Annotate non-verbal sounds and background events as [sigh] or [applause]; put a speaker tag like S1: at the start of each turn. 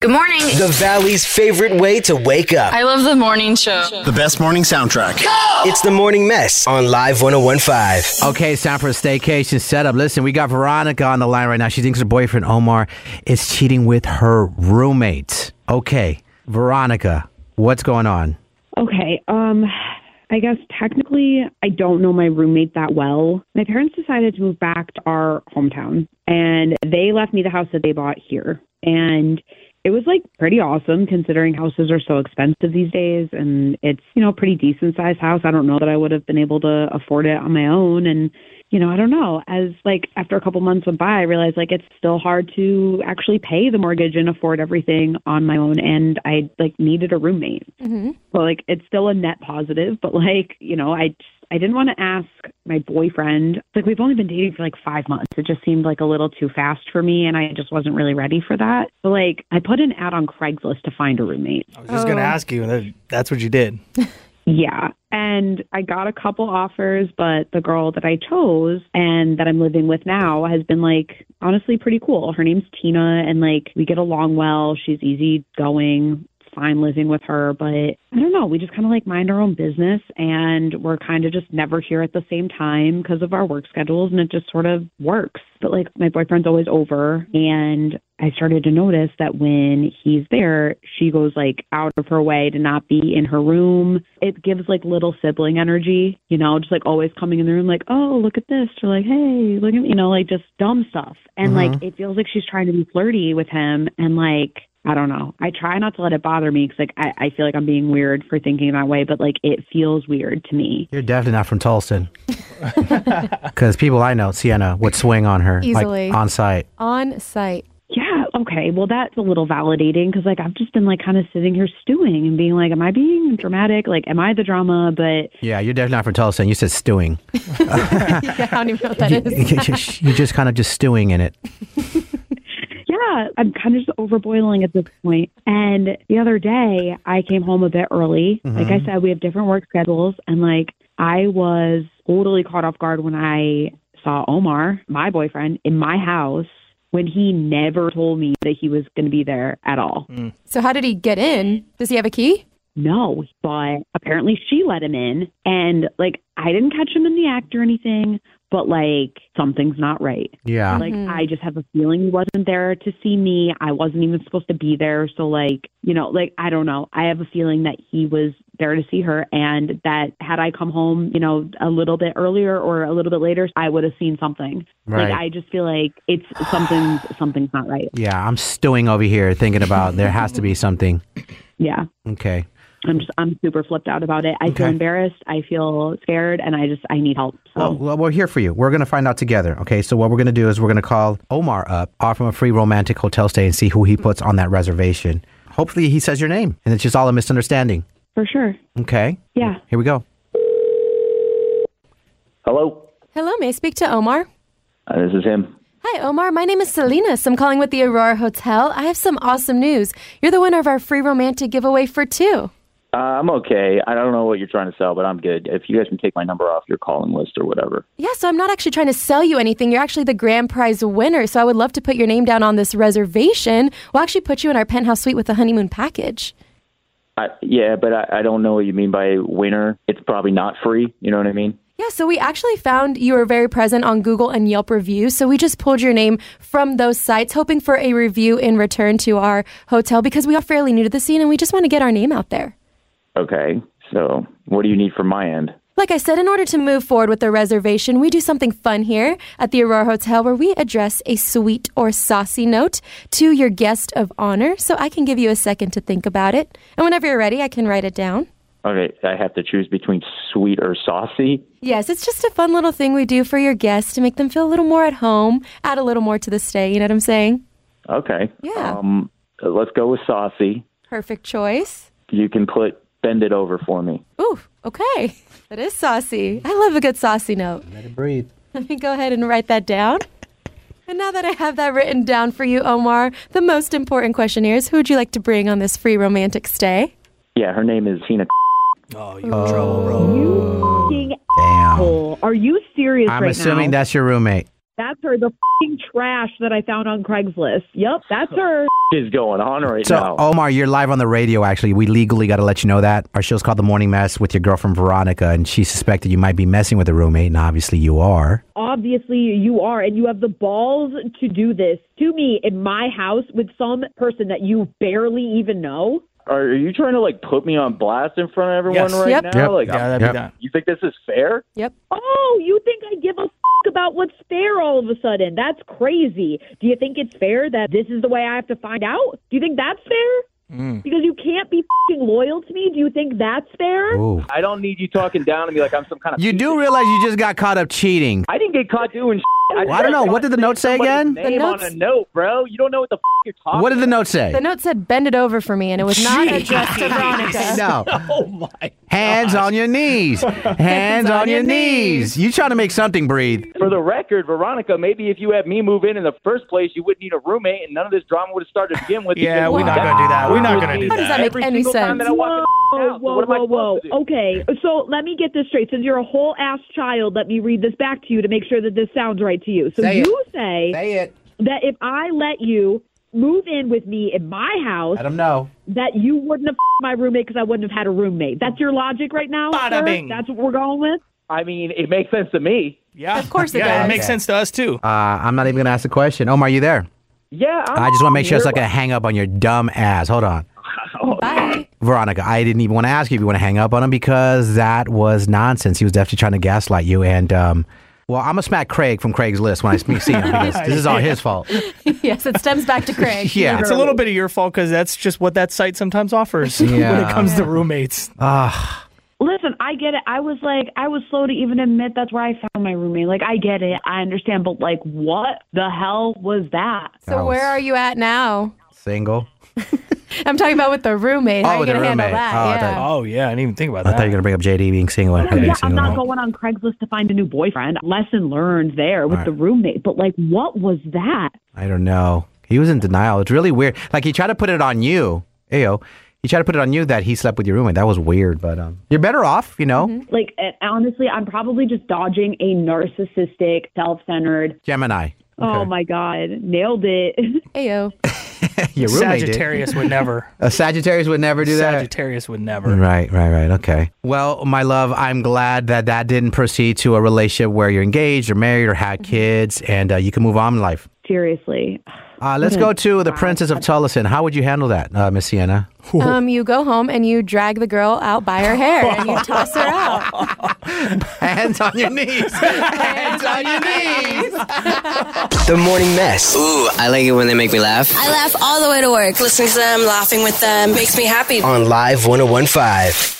S1: Good morning.
S2: The Valley's favorite way to wake up.
S3: I love the morning show.
S4: The best morning soundtrack.
S2: It's the Morning Mess on Live 1015.
S5: Okay, it's time for a staycation setup. Listen, we got Veronica on the line right now. She thinks her boyfriend Omar is cheating with her roommate. Okay, Veronica, what's going on?
S6: Okay. Um, I guess technically, I don't know my roommate that well. My parents decided to move back to our hometown, and they left me the house that they bought here. And it was like pretty awesome considering houses are so expensive these days. And it's, you know, a pretty decent sized house. I don't know that I would have been able to afford it on my own. And, you know, I don't know. As like after a couple months went by, I realized like it's still hard to actually pay the mortgage and afford everything on my own. And I like needed a roommate. Well, like it's still a net positive, but like you know, I just, I didn't want to ask my boyfriend. Like we've only been dating for like five months. It just seemed like a little too fast for me, and I just wasn't really ready for that. So like I put an ad on Craigslist to find a roommate.
S7: I was just going to ask you, that, that's what you did.
S6: Yeah. And I got a couple offers, but the girl that I chose and that I'm living with now has been like honestly pretty cool. Her name's Tina and like we get along well. She's easy going. It's fine living with her, but I don't know. We just kind of like mind our own business and we're kind of just never here at the same time because of our work schedules and it just sort of works. But like my boyfriend's always over and I started to notice that when he's there, she goes like out of her way to not be in her room. It gives like little sibling energy, you know, just like always coming in the room, like, oh, look at this, or like, hey, look at me, you know, like just dumb stuff. And like, it feels like she's trying to be flirty with him. And like, I don't know. I try not to let it bother me because like I, I feel like I'm being weird for thinking that way, but like it feels weird to me.
S5: You're definitely not from Tulsa. [laughs] Because people I know, Sienna, would swing on her
S8: Easily.
S5: like, on site.
S8: on site. [laughs]
S6: Yeah, okay. Well, that's a little validating because, like, I've just been, like, kind of sitting here stewing and being like, am I being dramatic? Like, am I the drama? But
S5: Yeah, you're definitely not from Tulsa. You said stewing.
S8: yeah, I don't even know what
S5: [laughs]
S8: that
S5: you,
S8: is.
S5: you're just kind of just stewing in it.
S6: yeah, I'm kind of just overboiling at this point. And the other day, I came home a bit early. Like I said, we have different work schedules. And, like, I was totally caught off guard when I saw Omar, my boyfriend, in my house when he never told me that he was going to be there at all.
S8: So how did he get in? Does he have a key?
S6: No, but apparently she let him in. And like, I didn't catch him in the act or anything, but like, something's not right.
S5: Yeah.
S6: Like, I just have a feeling he wasn't there to see me. I wasn't even supposed to be there. So, like, you know, like, I don't know. I have a feeling that he was there to see her and that had I come home, you know, a little bit earlier or a little bit later, I would have seen something.
S5: Right.
S6: Like, I just feel like it's something's, something's not right.
S5: yeah, I'm stewing over here thinking about there has to be something.
S6: Yeah.
S5: Okay.
S6: I'm just I'm super flipped out about it. I
S5: Okay.
S6: feel embarrassed. I feel scared, and I just I need help. So
S5: Oh, Well, well, we're here for you. We're going to find out together. Okay. So, what we're going to do is we're going to call Omar up, offer him a free romantic hotel stay, and see who he puts on that reservation. Hopefully, he says your name and it's just all a misunderstanding.
S6: for sure,
S5: Okay.
S6: yeah.
S5: Here we go.
S9: Hello,
S8: Hello, may I speak to Omar?
S9: uh, this is him.
S8: Hi, Omar. My name is Salinas. I'm calling with the Aurora Hotel. I have some awesome news. You're the winner of our free romantic giveaway for two.
S9: Uh, I'm okay. I don't know what you're trying to sell, but I'm good. If you guys can take my number off your calling list or whatever.
S8: Yeah, so I'm not actually trying to sell you anything. You're actually the grand prize winner. So I would love to put your name down on this reservation. We'll actually put you in our penthouse suite with a honeymoon package.
S9: I, yeah, but I, I don't know what you mean by winner. It's probably not free. You know what I mean?
S8: Yeah, so we actually found you were very present on Google and Yelp reviews. So we just pulled your name from those sites, hoping for a review in return to our hotel because we are fairly new to the scene and we just want to get our name out there.
S9: Okay. So what do you need from my end?
S8: Like I said, in order to move forward with the reservation, we do something fun here at the Aurora Hotel where we address a sweet or saucy note to your guest of honor. So I can give you a second to think about it. And whenever you're ready, I can write it down.
S9: Okay, I have to choose between sweet or saucy.
S8: Yes, it's just a fun little thing we do for your guests to make them feel a little more at home, add a little more to the stay. You know what I'm saying?
S9: Okay.
S8: Yeah.
S9: Um, let's go with saucy.
S8: Perfect choice.
S9: You can put bend it over for me.
S8: Ooh, okay. [laughs] That is saucy. I love a good saucy note. Let it breathe. [laughs] Let me go ahead and write that down. [laughs] And now that I have that written down for you, Omar, the most important question here is who would you like to bring on this free romantic stay?
S9: Yeah, her name is Tina.
S7: Oh, you're in trouble, bro.
S6: You fucking
S5: Damn.
S6: asshole. Are you serious
S5: I'm
S6: right
S5: assuming
S6: now?
S5: that's your roommate.
S6: That's her. The fing trash that I found on Craigslist. Yep, that's her.
S9: [laughs] is going on right
S5: So,
S9: now.
S5: Omar, you're live on the radio, actually. We legally got to let you know that. Our show's called The Morning Mess with your girlfriend, Veronica, and she suspected you might be messing with a roommate, and obviously you are.
S6: Obviously, you are, and you have the balls to do this to me in my house with some person that you barely even know.
S9: Are, are you trying to like put me on blast in front of everyone
S7: Yes.
S9: right
S8: Yep.
S9: now?
S5: Yep.
S9: Like,
S7: Yeah, that'd
S5: Yep.
S7: be that.
S9: you think this is fair?
S8: Yep.
S6: Oh, you think I give a f- about what's fair all of a sudden? That's crazy. Do you think it's fair that this is the way I have to find out? Do you think that's fair? Because you can't be fing loyal to me. Do you think that's fair?
S5: Ooh.
S9: I don't need you talking down to me like I'm some kind of.
S5: You
S9: piece
S5: do
S9: of-
S5: realize you just got caught up cheating.
S9: I didn't get caught doing. Shit.
S5: Well, I don't know. What did the note say again?
S9: The
S8: The
S9: on a
S8: notes-
S9: note, bro. You don't know what the f- you're talking.
S5: What did the
S9: [laughs]
S5: note say?
S8: The note said, bend it over for me, and it was not addressed to Veronica.
S5: [laughs] No.
S7: Oh
S5: [laughs]
S7: my.
S5: Hands on your [laughs] knees. Oh, Hands on your knees. You trying to make something breathe.
S9: For the record, Veronica, maybe if you had me move in in the first place, you wouldn't need a roommate, and none of this drama would have started to begin with.
S7: Yeah,
S9: because
S7: we're
S9: you
S7: not
S9: definitely
S7: gonna do that. We're not
S9: would
S7: gonna
S9: be
S7: do
S8: How does that
S7: that.
S8: make
S9: every
S8: any
S9: single time
S8: sense?
S9: that I walk in the
S6: Whoa,
S9: house. So
S6: whoa,
S9: what am I
S6: whoa, whoa.
S9: supposed to do?
S6: Okay, so let me get this straight. Since you're a whole ass child, let me read this back to you to make sure that this sounds right to you. So
S5: Say it.
S6: you say
S5: Say it.
S6: that if I let you move in with me in my house,
S5: Let them know.
S6: that you wouldn't have f- my roommate because I wouldn't have had a roommate. That's your logic right now.
S7: Bada
S6: sir?
S7: bing.
S6: That's what we're going with.
S9: I mean, it makes sense to me.
S7: Yeah.
S8: Of course it
S7: yeah,
S8: does.
S7: it makes
S5: Okay.
S7: sense to us too.
S5: Uh, I'm not even going to ask the question. Omar, are you there?
S9: Yeah, I'm
S5: I just
S6: Oh,
S5: want to make sure it's
S9: here.
S5: not going to hang up on your dumb ass. Hold on.
S8: Bye. [laughs]
S5: Veronica, I didn't even want to ask you if you want to hang up on him because that was nonsense. He was definitely trying to gaslight you. And, um, well, I'm going to smack Craig from Craig's list when I see him [laughs] because this is all his fault.
S8: yes, it stems back
S5: [laughs]
S8: to Craig.
S5: Yeah.
S7: It's a little bit of your fault because that's just what that site sometimes offers [laughs] when
S5: Yeah. Oh.
S7: it comes to roommates.
S6: Listen, I get it. I was like, I was slow to even admit that's where I found my roommate. Like, I get it. I understand. But, like, what the hell was that?
S8: So where are you at now?
S5: Single.
S8: I'm talking about with the roommate.
S5: Oh,
S8: How are you
S5: with the
S8: going to handle
S5: roommate.
S8: that?
S5: Oh, I
S8: yeah.
S7: Oh yeah, I didn't even think about
S5: I thought you were
S7: that.
S5: going to bring up JD being single and her
S6: Yeah,
S5: being
S6: I'm
S5: single.
S6: not going on Craigslist to find a new boyfriend. Lesson learned there with the roommate. But, like, what was that?
S5: I don't know. He was in denial. It's really weird. Like he tried to put it on you. Ayo. He tried to put it on you that he slept with your roommate. That was weird, but um, you're better off, you know.
S7: Mm-hmm.
S6: Like, and honestly, I'm probably just dodging a narcissistic, self centered.
S5: Gemini.
S6: Oh, my God. Nailed it. [laughs]
S8: Ayo.
S5: [laughs] Your roommate did.
S7: Sagittarius would never.
S5: A Sagittarius would never [laughs] do that.
S7: Sagittarius would never.
S5: Right, right, right. Okay. Well, my love, I'm glad that that didn't proceed to a relationship where you're engaged or married or had
S7: Mm-hmm.
S5: kids and uh, you can move on in life.
S6: Seriously.
S5: Uh, let's go to the Princess of Tullison. How would you handle that, uh, Miss Sienna? [laughs]
S8: Um, you go home and you drag the girl out by her hair and you toss her out.
S5: Hands on your knees. Hands on your knees.
S2: The Morning Mess. Ooh, I like it when they make me laugh. oh
S1: I laugh all the way to work. Listening to them, laughing with them makes me happy.
S2: On Live 1015.